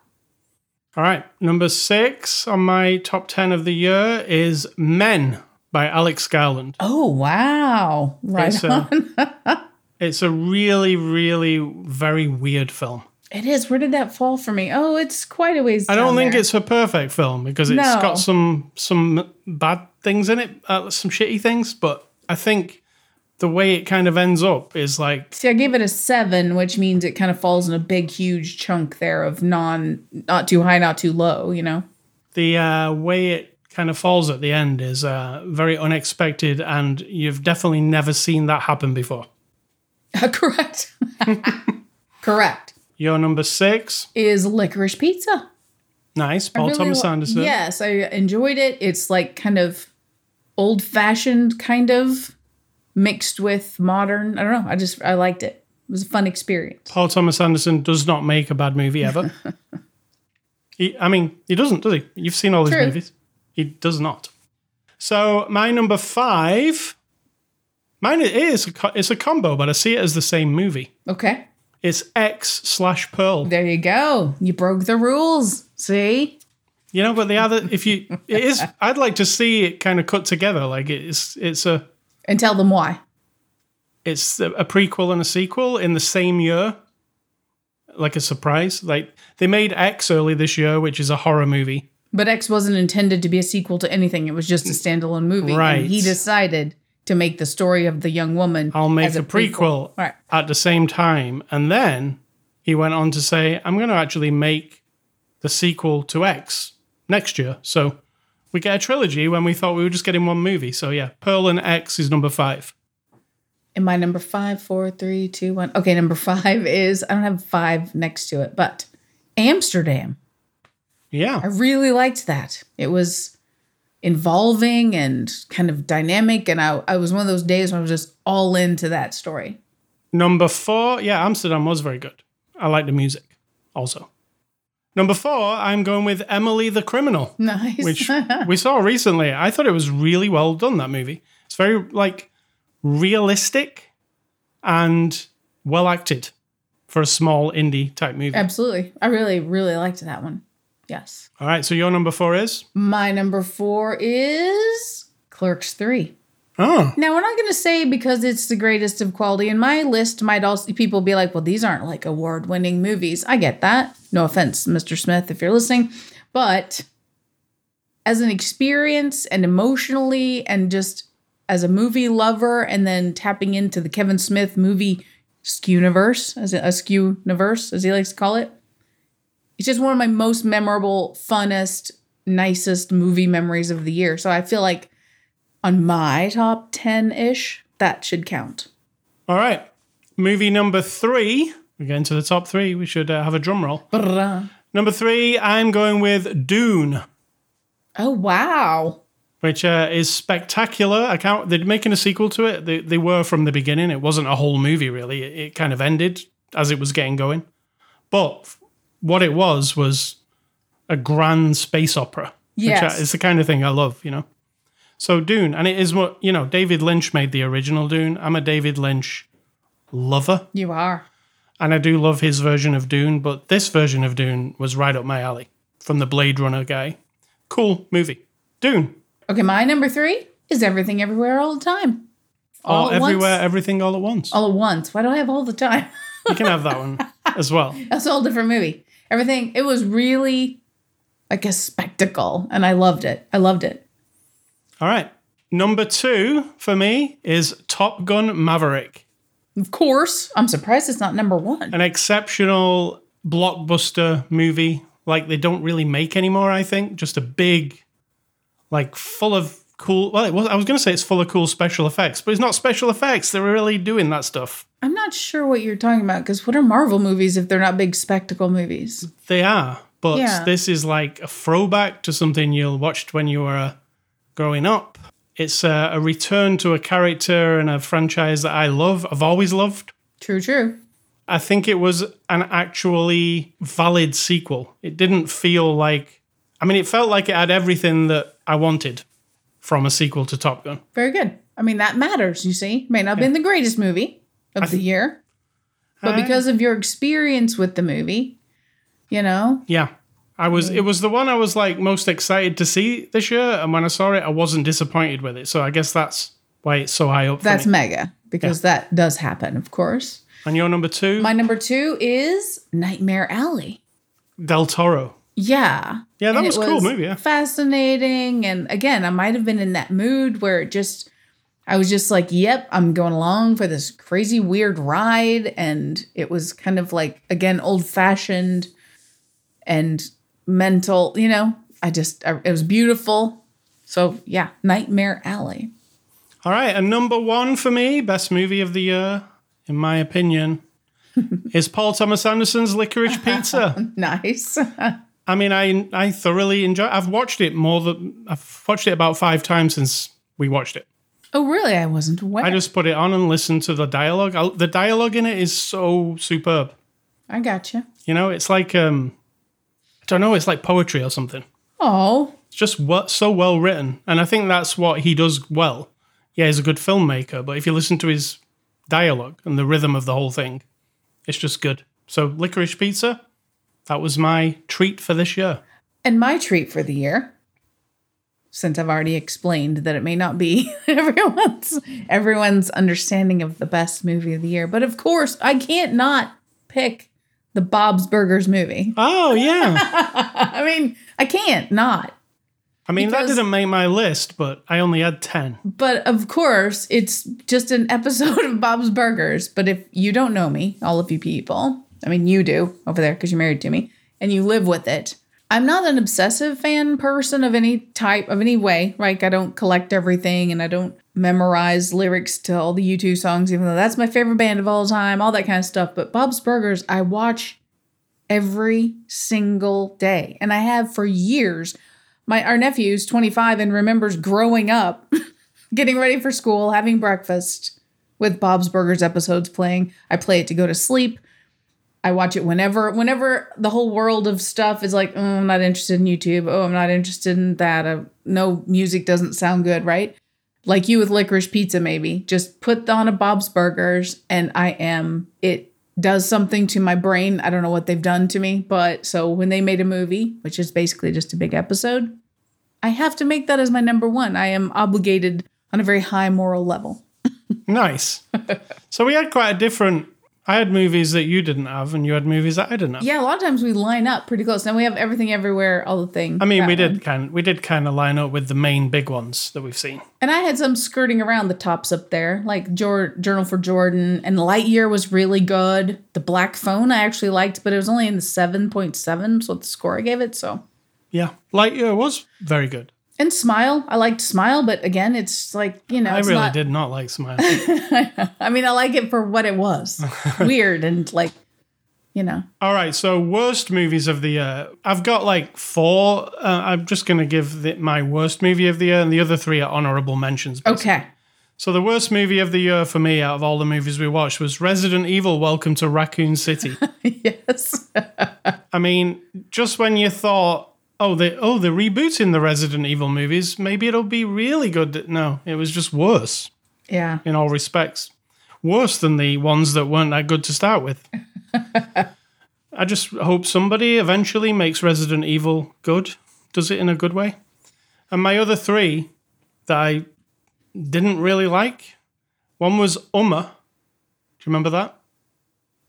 Speaker 1: All right, number six on my top ten of the year is Men by Alex Garland.
Speaker 2: Oh wow. Right.
Speaker 1: It's a, it's a really, really very weird film.
Speaker 2: It is. Where did that fall for me? Oh, it's quite a ways.
Speaker 1: I don't think it's a perfect film because it's
Speaker 2: No.
Speaker 1: got some some bad things in it, uh, some shitty things. But I think the way it kind of ends up is like,
Speaker 2: See, I gave it a seven, which means it kind of falls in a big, huge chunk there of non, not too high, not too low. You know.
Speaker 1: the uh, way it kind of falls at the end is uh, very unexpected, and you've definitely never seen that happen before.
Speaker 2: Uh, Correct. Correct.
Speaker 1: Your number six,
Speaker 2: Is licorice pizza.
Speaker 1: nice, Paul
Speaker 2: really
Speaker 1: Thomas
Speaker 2: li-
Speaker 1: Anderson.
Speaker 2: Yes, I enjoyed it. It's like kind of old fashioned, kind of mixed with modern. I don't know. I just I liked it. It was a fun experience.
Speaker 1: Paul Thomas Anderson does not make a bad movie ever. he, I mean, he doesn't, does he? You've seen all his
Speaker 2: True.
Speaker 1: movies. He does not. So my number five, mine is a co- it's a combo, but I see it as the same movie.
Speaker 2: Okay,
Speaker 1: It's X slash Pearl.
Speaker 2: there you go. You broke the rules. See,
Speaker 1: You know, but the other, if you, it is. I'd like to see it kind of cut together. Like it's it's a
Speaker 2: and tell them why.
Speaker 1: it's a prequel and a sequel in the same year like a surprise like they made x early this year which is a horror movie
Speaker 2: But X wasn't intended to be a sequel to anything. It was just a standalone movie. and
Speaker 1: Right.
Speaker 2: he decided to make the story of the young woman.
Speaker 1: I'll make
Speaker 2: as
Speaker 1: a, prequel,
Speaker 2: Right.
Speaker 1: at the same time. And then he went on to say, I'm going to actually make the sequel to X next year. So we get a trilogy when we thought we were just getting one movie. So yeah, Pearl and X is number five.
Speaker 2: And my number five, four, three, two, one. Okay, number five is I don't have five next to it, but Amsterdam. I
Speaker 1: Yeah.
Speaker 2: really liked that. It was involving and kind of dynamic. And I, I was one of those days when I was just all into that story.
Speaker 1: Number four, yeah, Amsterdam was very good. I like the music also. Number four, I'm going with Emily the Criminal.
Speaker 2: Nice.
Speaker 1: which we saw recently. I thought it was really well done. That movie. It's very like realistic and well acted for a small indie type movie.
Speaker 2: Um, Absolutely. I really, really liked that one. Yes.
Speaker 1: All right. So your number four is
Speaker 2: My number four is Clerks 3.
Speaker 1: oh
Speaker 2: Now, we're not going to say because it's the greatest of quality. And my list might also, people be like, well, these aren't like award winning movies. I get that. No offense, Mr. Smith, if you're listening. But as an experience and emotionally and just as a movie lover, and then tapping into the Kevin Smith movie skewniverse, as a skewniverse, as he likes to call it, it's just one of my most memorable, funnest, nicest movie memories of the year. So I feel like on my top 10 ish, that should count.
Speaker 1: all right. Movie number three. We're getting to the top three. We should uh, have a drum roll.
Speaker 2: Brrrah.
Speaker 1: Number three. I'm going with Dune.
Speaker 2: Oh wow.
Speaker 1: which uh, is spectacular. I can't. They're making a sequel to it. They, they were from the beginning. It wasn't a whole movie really. It, it kind of ended as it was getting going. But f- what it was was a grand space opera.
Speaker 2: Yes.
Speaker 1: Which uh, is the kind of thing I love. You know. So Dune, and it is what you know. David Lynch made the original Dune. I'm a David Lynch lover,
Speaker 2: You are.
Speaker 1: and I do love his version of Dune. But this version of Dune was right up my alley from the Blade Runner guy. Cool movie. Dune.
Speaker 2: Okay, my number three is everything everywhere all the time.
Speaker 1: All,
Speaker 2: at
Speaker 1: everywhere,
Speaker 2: Once. Oh.
Speaker 1: everything, all at once.
Speaker 2: All at once. Why do I have all the time?
Speaker 1: You can have that one as well.
Speaker 2: That's a whole different movie. Everything. It was really like a spectacle, and I loved it. I loved it.
Speaker 1: All right. Number two for me is Top Gun Maverick,
Speaker 2: Of course, I'm surprised it's not number one.
Speaker 1: an exceptional blockbuster movie like they don't really make anymore, I think. Just a big, like, full of cool. Well, it was, I was going to say it's full of cool special effects, but it's not special effects. They're really doing that stuff.
Speaker 2: I'm not sure what you're talking about because what are Marvel movies if they're not big spectacle movies?
Speaker 1: They are, but
Speaker 2: Yeah.
Speaker 1: this is like a throwback to something you watched when you were uh, growing up. It's a, a return to a character and a franchise that I love. I've always loved.
Speaker 2: True, true.
Speaker 1: I think it was an actually valid sequel. It didn't feel like, I mean, it felt like it had everything that I wanted from a sequel to Top Gun.
Speaker 2: Very good. I mean, that matters, you see. May not have been the greatest movie of the year, but
Speaker 1: I-
Speaker 2: because of your experience with the movie, you know,
Speaker 1: Yeah. I was
Speaker 2: Mm.
Speaker 1: it was the one I was like most excited to see this year and when I saw it I wasn't disappointed with it. So I guess that's why it's so high up for
Speaker 2: that's
Speaker 1: me.
Speaker 2: mega because that does happen, of course.
Speaker 1: And you're number 2,
Speaker 2: My number two is Nightmare Alley.
Speaker 1: Del Toro.
Speaker 2: Yeah.
Speaker 1: Yeah, that
Speaker 2: And
Speaker 1: was,
Speaker 2: it
Speaker 1: a cool movie. Yeah.
Speaker 2: Fascinating. And again, I might have been in that mood where it just, I was just like, yep, I'm going along for this crazy, weird ride. And it was kind of like, again, old fashioned and mental, you know, I just, I, it was beautiful. So yeah, Nightmare Alley.
Speaker 1: All right, and number one for me, best movie of the year, in my opinion, is Paul Thomas Anderson's Licorice Pizza.
Speaker 2: Nice.
Speaker 1: I mean, I I thoroughly enjoy. I've watched it more than I've watched it about five times since we watched it.
Speaker 2: oh, really? I wasn't aware.
Speaker 1: I
Speaker 2: I,
Speaker 1: just put it on and listened to the dialogue. I, the dialogue in it is so superb.
Speaker 2: got you.
Speaker 1: You know, it's like um, I don't know, it's like poetry or something.
Speaker 2: Oh,
Speaker 1: It's just what so well written, and I think that's what he does well. Yeah, he's a good filmmaker, but if you listen to his dialogue and the rhythm of the whole thing, it's just good. So, Licorice Pizza, that was my treat for this year.
Speaker 2: And my treat for the year, since I've already explained that it may not be everyone's everyone's understanding of the best movie of the year, but of course I can't not pick the Bob's Burgers movie.
Speaker 1: Oh yeah,
Speaker 2: I mean, I can't not.
Speaker 1: I mean that
Speaker 2: Because-
Speaker 1: didn't make my list, but I only had ten.
Speaker 2: But of course, it's just an episode of Bob's Burgers. But if you don't know me, all of you people, I mean, you do over there because you're married to me and you live with it. I'm not an obsessive fan person of any type, of any way. Like, I don't collect everything and I don't memorize lyrics to all the U2 songs, even though that's my favorite band of all time, all that kind of stuff. But Bob's Burgers, I watch every single day. And I have for years. My our nephew's 25 and remembers growing up getting ready for school, having breakfast with Bob's Burgers episodes playing. I play it to go to sleep. I watch it whenever whenever the whole world of stuff is like, oh, I'm not interested in YouTube. Oh, I'm not interested in that. Uh, no music doesn't sound good, right? Like you with licorice pizza, maybe. Just put on a Bob's Burgers and I am it does something to my brain. I don't know what they've done to me, but so when they made a movie, which is basically just a big episode, I have to make that as my number one. I am obligated on a very high moral level.
Speaker 1: Nice. so we had quite a different. I had movies that you didn't have, and you had movies that I didn't have.
Speaker 2: Yeah, a lot of times we line up pretty close. Now we have everything everywhere, all the thing.
Speaker 1: I mean,
Speaker 2: that
Speaker 1: we
Speaker 2: one.
Speaker 1: did kind we did kind of line up with the main big ones that we've seen.
Speaker 2: And I had some skirting around the tops up there, like Jor- Journal for Jordan and Lightyear was really good. The Black Phone I actually liked, but it was only in the 7.7, so the score I gave it. So,
Speaker 1: Yeah, Lightyear was very good.
Speaker 2: and Smile, I liked Smile, but again, it's like, you know,
Speaker 1: I
Speaker 2: it's
Speaker 1: really
Speaker 2: not,
Speaker 1: did not like Smile.
Speaker 2: I mean, I like it for what it was weird and like you know.
Speaker 1: All right, so worst movies of the year. I've got like four. Uh, I'm just going to give the, my worst movie of the year, and the other three are honorable mentions.
Speaker 2: Okay.
Speaker 1: So the worst movie of the year for me out of all the movies we watched was Resident Evil Welcome to Raccoon City.
Speaker 2: yes.
Speaker 1: I mean, just when you thought, oh, they oh, they're rebooting the Resident Evil movies, maybe it'll be really good. No, it was just worse
Speaker 2: Yeah.
Speaker 1: in all respects. Worse than the ones that weren't that good to start with. I just hope somebody eventually makes Resident Evil good, does it in a good way. And my other three that I didn't really like one was Uma. Do you remember that?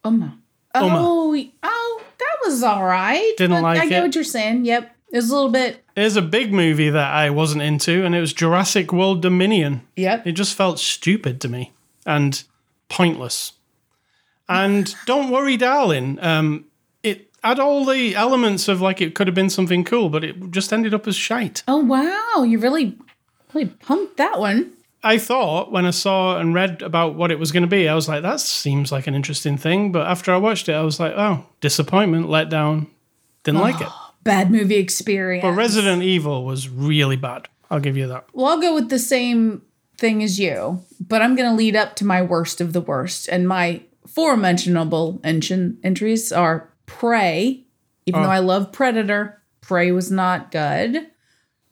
Speaker 2: Uma.
Speaker 1: Uma.
Speaker 2: Oh, oh, that was all right.
Speaker 1: Didn't
Speaker 2: but
Speaker 1: like
Speaker 2: I get
Speaker 1: it.
Speaker 2: what you're saying. Yep. It was a little bit.
Speaker 1: Here's a big movie that I wasn't into, and it was Jurassic World Dominion.
Speaker 2: Yep.
Speaker 1: It just felt stupid to me and pointless. And don't worry, darling. Um, it had all the elements of like it could have been something cool, but it just ended up as shite.
Speaker 2: Oh wow, you really, really pumped that one.
Speaker 1: I thought when I saw and read about what it was going to be, I was like, that seems like an interesting thing. But after I watched it, I was like, oh, disappointment, let down. Didn't like it.
Speaker 2: Bad movie experience.
Speaker 1: But Resident Evil was really bad. I'll give you that.
Speaker 2: well, I'll go with the same thing as you, but I'm going to lead up to my worst of the worst. And my four mentionable engine entries are Prey. Even
Speaker 1: Oh.
Speaker 2: though I love Predator, Prey was not good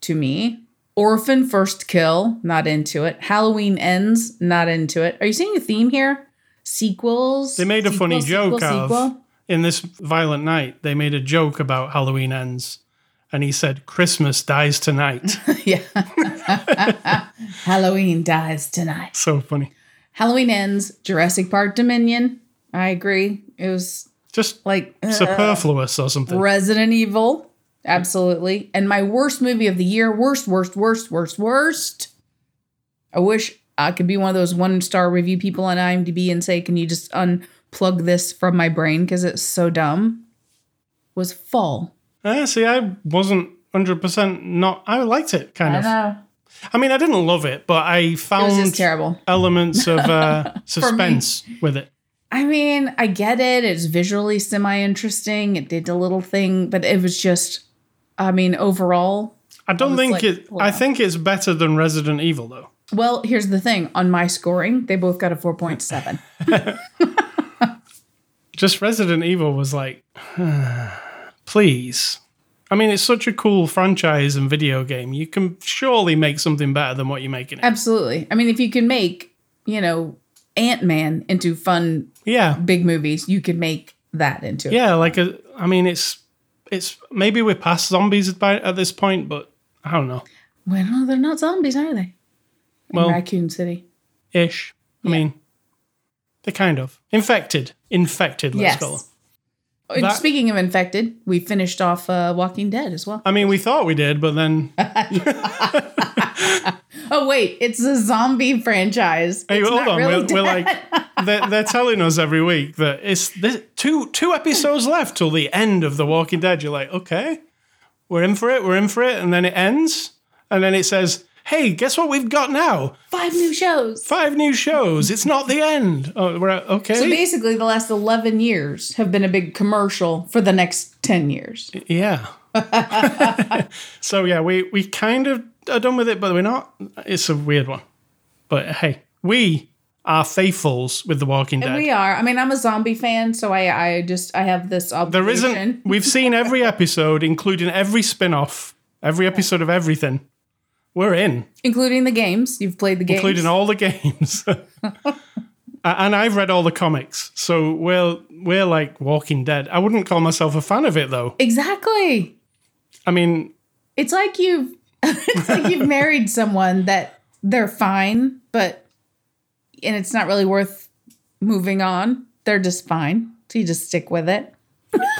Speaker 2: to me. Orphan First Kill, not into it. Halloween Ends, not into it. Are you seeing a theme here? Sequels.
Speaker 1: They made a funny
Speaker 2: sequel,
Speaker 1: joke of
Speaker 2: sequel?
Speaker 1: in this violent night. They made a joke about Halloween ends, and he said, "Christmas dies tonight."
Speaker 2: Yeah. Halloween dies tonight.
Speaker 1: so funny.
Speaker 2: Halloween ends. Jurassic Park Dominion. I agree. It was
Speaker 1: Just
Speaker 2: like uh,
Speaker 1: superfluous or something.
Speaker 2: Resident Evil. Absolutely. And my worst movie of the year. Worst, worst, worst, worst, worst. I wish I could be one of those one star review people on IMDb and say, can you just unplug this from my brain? Because it's so dumb. Was Fall.
Speaker 1: Eh, see, I wasn't hundred percent not. I liked it kind of.
Speaker 2: know.
Speaker 1: I mean, I didn't love it, but I
Speaker 2: It was just
Speaker 1: found
Speaker 2: terrible.
Speaker 1: elements of uh, suspense with it.
Speaker 2: I mean, I get it. It's visually semi interesting. It did a little thing, but it was just, I mean, overall.
Speaker 1: I don't
Speaker 2: was
Speaker 1: think
Speaker 2: like,
Speaker 1: it.
Speaker 2: hold
Speaker 1: I
Speaker 2: on.
Speaker 1: think it's better than Resident Evil, though.
Speaker 2: Well, here's the thing on my scoring, they both got a 4.7.
Speaker 1: just Resident Evil was like, please. I mean, it's such a cool franchise and video game. You can surely make something better than what you're making. It.
Speaker 2: Absolutely. I mean, if you can make, you know, Ant Man into fun,
Speaker 1: Yeah,
Speaker 2: big movies, you could make that into it.
Speaker 1: yeah. Like, a, I mean, it's it's maybe we're past zombies by, at this point, but I don't know,
Speaker 2: Well, no, they're not zombies, are they? In
Speaker 1: Well-
Speaker 2: Raccoon City.
Speaker 1: ish. I mean, they're kind of infected, infected. Let's call them.
Speaker 2: Yes. Oh, And
Speaker 1: That-
Speaker 2: speaking of infected, we finished off uh, Walking Dead as well.
Speaker 1: I mean, we thought we did, but then
Speaker 2: Oh, wait, it's a zombie franchise.
Speaker 1: hey,
Speaker 2: It's
Speaker 1: hold
Speaker 2: not
Speaker 1: on,
Speaker 2: really
Speaker 1: we're, we're
Speaker 2: dead.
Speaker 1: like they're, they're telling us every week that it's there's two two episodes left till the end of The Walking Dead. You're like, okay, we're in for it, we're in for it, and then it ends, and then it says, hey, guess what we've got now?
Speaker 2: five new shows.
Speaker 1: Five new shows. It's not the end. Oh, we're at- okay.
Speaker 2: So basically, the last 11 years have been a big commercial for the next 10 years.
Speaker 1: Yeah. so yeah, we we kind of are done with it, but we're not. It's a weird one, but hey, we are faithfuls with The Walking Dead.
Speaker 2: We are. I mean, I'm a zombie fan, so I, I just I have this obligation.
Speaker 1: There isn't. We've seen every episode, including every spin off, every episode of everything. We're in,
Speaker 2: including the games. You've played the games.
Speaker 1: including all the games. A- and I've read all the comics. So we're, we're like Walking Dead. I wouldn't call myself a fan of it, though.
Speaker 2: exactly.
Speaker 1: I mean,
Speaker 2: It's like you've it's like you've married someone that they're fine, but and it's not really worth moving on. They're just fine, so you just stick with it.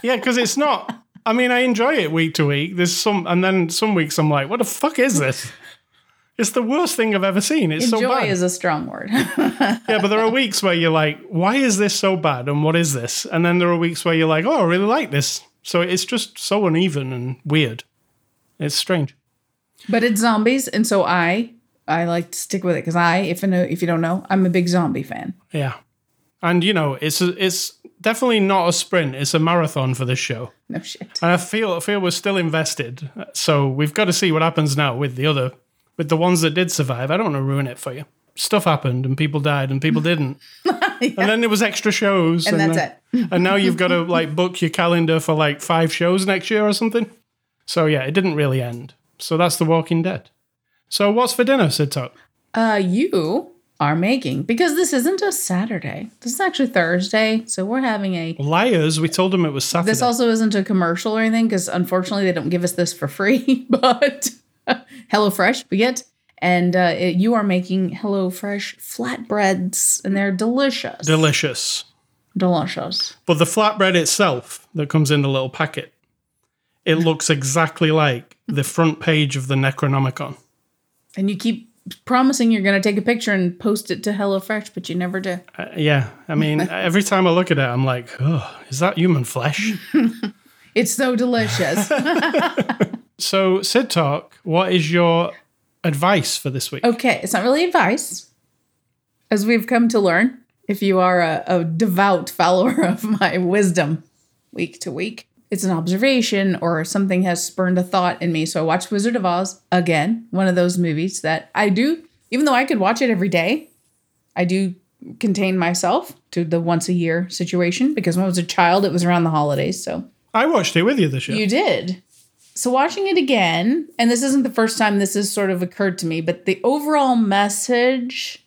Speaker 1: yeah, because it's not. I mean, I enjoy it week to week. There's some, and then some weeks I'm like, what the fuck is this? It's the worst thing I've ever seen. It's
Speaker 2: Joy
Speaker 1: so bad.
Speaker 2: is a strong word.
Speaker 1: yeah, but there are weeks where you're like, why is this so bad and what is this? And then there are weeks where you're like, oh, I really like this. So it's just so uneven and weird. It's strange.
Speaker 2: but it's zombies, and so I I like to stick with it because I if I know, if you don't know, I'm a big zombie fan.
Speaker 1: Yeah. And you know, it's it's definitely not a sprint. It's a marathon for this show.
Speaker 2: No shit.
Speaker 1: And I feel I feel we're still invested. So we've got to see what happens now with the other with the ones that did survive. I don't want to ruin it for you. Stuff happened and people died and people didn't. And then there was extra shows.
Speaker 2: And that's
Speaker 1: it. and now you've got to like book your calendar for like five shows next year or something. So yeah, it didn't really end. So that's The Walking Dead. So what's for dinner, said Tuck?
Speaker 2: Uh, you are making because this isn't a Saturday. This is actually Thursday, so we're having a.
Speaker 1: Liars, we told them it was Saturday.
Speaker 2: This also isn't a commercial or anything because unfortunately they don't give us this for free. But HelloFresh we get, and uh, it- you are making HelloFresh flatbreads, and they're delicious.
Speaker 1: Delicious.
Speaker 2: delicious.
Speaker 1: But the flatbread itself that comes in the little packet, it looks exactly like the front page of the Necronomicon.
Speaker 2: And you keep promising you're going to take a picture and post it to HelloFresh, but you never do.
Speaker 1: Uh, yeah, I mean, every time I look at it, I'm like, oh, is that human flesh?
Speaker 2: It's so delicious.
Speaker 1: So, Sid Talk, what is your advice for this week?
Speaker 2: Okay, it's not really advice, as we've come to learn if you are a, a devout follower of my wisdom week to week. It's an observation or something has spurned a thought in me. So I watched Wizard of Oz again, one of those movies that I do, even though I could watch it every day, I do contain myself to the once a year situation because when I was a child, it was around the holidays. So
Speaker 1: I watched it with you this year.
Speaker 2: you did. So watching it again, and this isn't the first time this has sort of occurred to me, but the overall message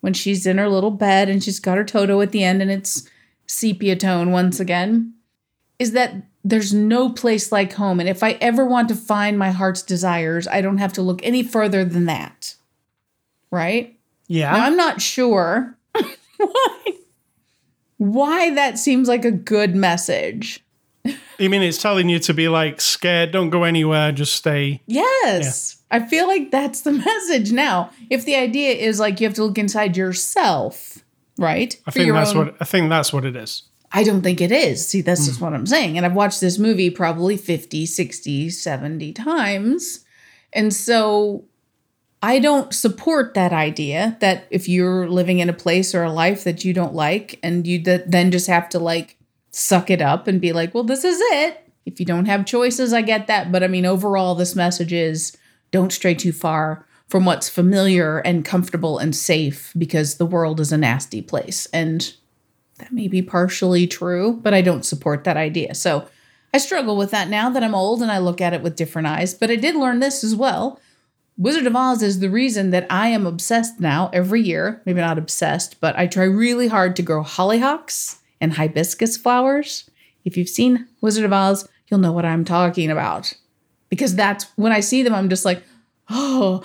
Speaker 2: when she's in her little bed and she's got her Toto at the end and it's sepia tone once again is that there's no place like home. And if I ever want to find my heart's desires, I don't have to look any further than that. Right? Now,
Speaker 1: yeah.
Speaker 2: I'm not sure why, why that seems like a good message.
Speaker 1: You mean it's telling you to be like scared, don't go anywhere, just stay.
Speaker 2: Yes. I feel like that's the message now. If the idea is like you have to look inside yourself, right?
Speaker 1: I think that's what I think that's what it is.
Speaker 2: I don't think it is. See, that's just what I'm saying. And I've watched this movie probably 50, 60, 70 times. And so I don't support that idea that if you're living in a place or a life that you don't like and you th- then just have to like suck it up and be like, well, this is it. If you don't have choices, I get that. But I mean, overall, this message is don't stray too far from what's familiar and comfortable and safe because the world is a nasty place. And that may be partially true, but I don't support that idea. So I struggle with that now that I'm old and I look at it with different eyes. But I did learn this as well. Wizard of Oz is the reason that I am obsessed now every year. Maybe not obsessed, but I try really hard to grow hollyhocks and hibiscus flowers. If you've seen Wizard of Oz, you'll know what I'm talking about. Because that's when I see them, I'm just like, oh,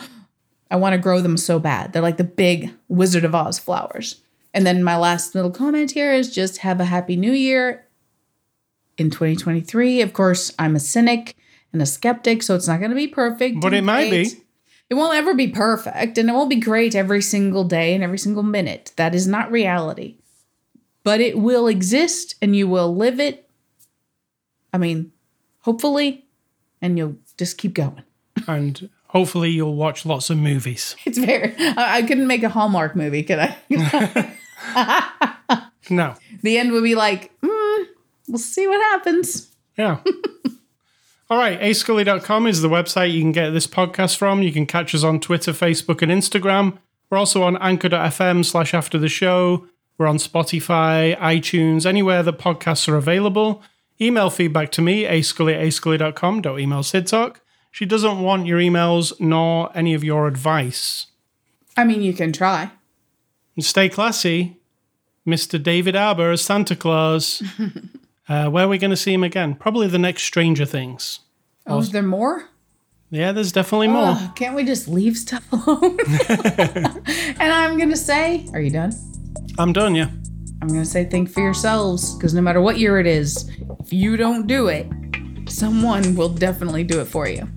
Speaker 2: I want to grow them so bad. They're like the big Wizard of Oz flowers. And then my last little comment here is just have a happy new year in 2023. Of course, I'm a cynic and a skeptic, so it's not going to be perfect.
Speaker 1: But it
Speaker 2: and
Speaker 1: might
Speaker 2: great.
Speaker 1: be.
Speaker 2: It won't ever be perfect and it won't be great every single day and every single minute. That is not reality. But it will exist and you will live it. I mean, hopefully, and you'll just keep going.
Speaker 1: And hopefully you'll watch lots of movies.
Speaker 2: It's very, I, I couldn't make a Hallmark movie, could I?
Speaker 1: No.
Speaker 2: the end would be like, mm, we'll see what happens.
Speaker 1: Yeah. All right, ascully.com is the website you can get this podcast from. You can catch us on Twitter, Facebook, and Instagram. We're also on anchor.fm slash after the show. We're on Spotify, iTunes, anywhere that podcasts are available. Email feedback to me, ascully at ascully.com. Don't email Sid Talk. She doesn't want your emails nor any of your advice.
Speaker 2: I mean, you can try.
Speaker 1: And stay classy, Mr. David Arbor as Santa Claus. uh, where are we going to see him again? Probably the next Stranger Things.
Speaker 2: Oh, is there more?
Speaker 1: Yeah, there's definitely more.
Speaker 2: Ugh, can't we just leave stuff alone? and I'm going to say, are you done?
Speaker 1: I'm done, yeah.
Speaker 2: I'm going to say think for yourselves because no matter what year it is, if you don't do it, someone will definitely do it for you.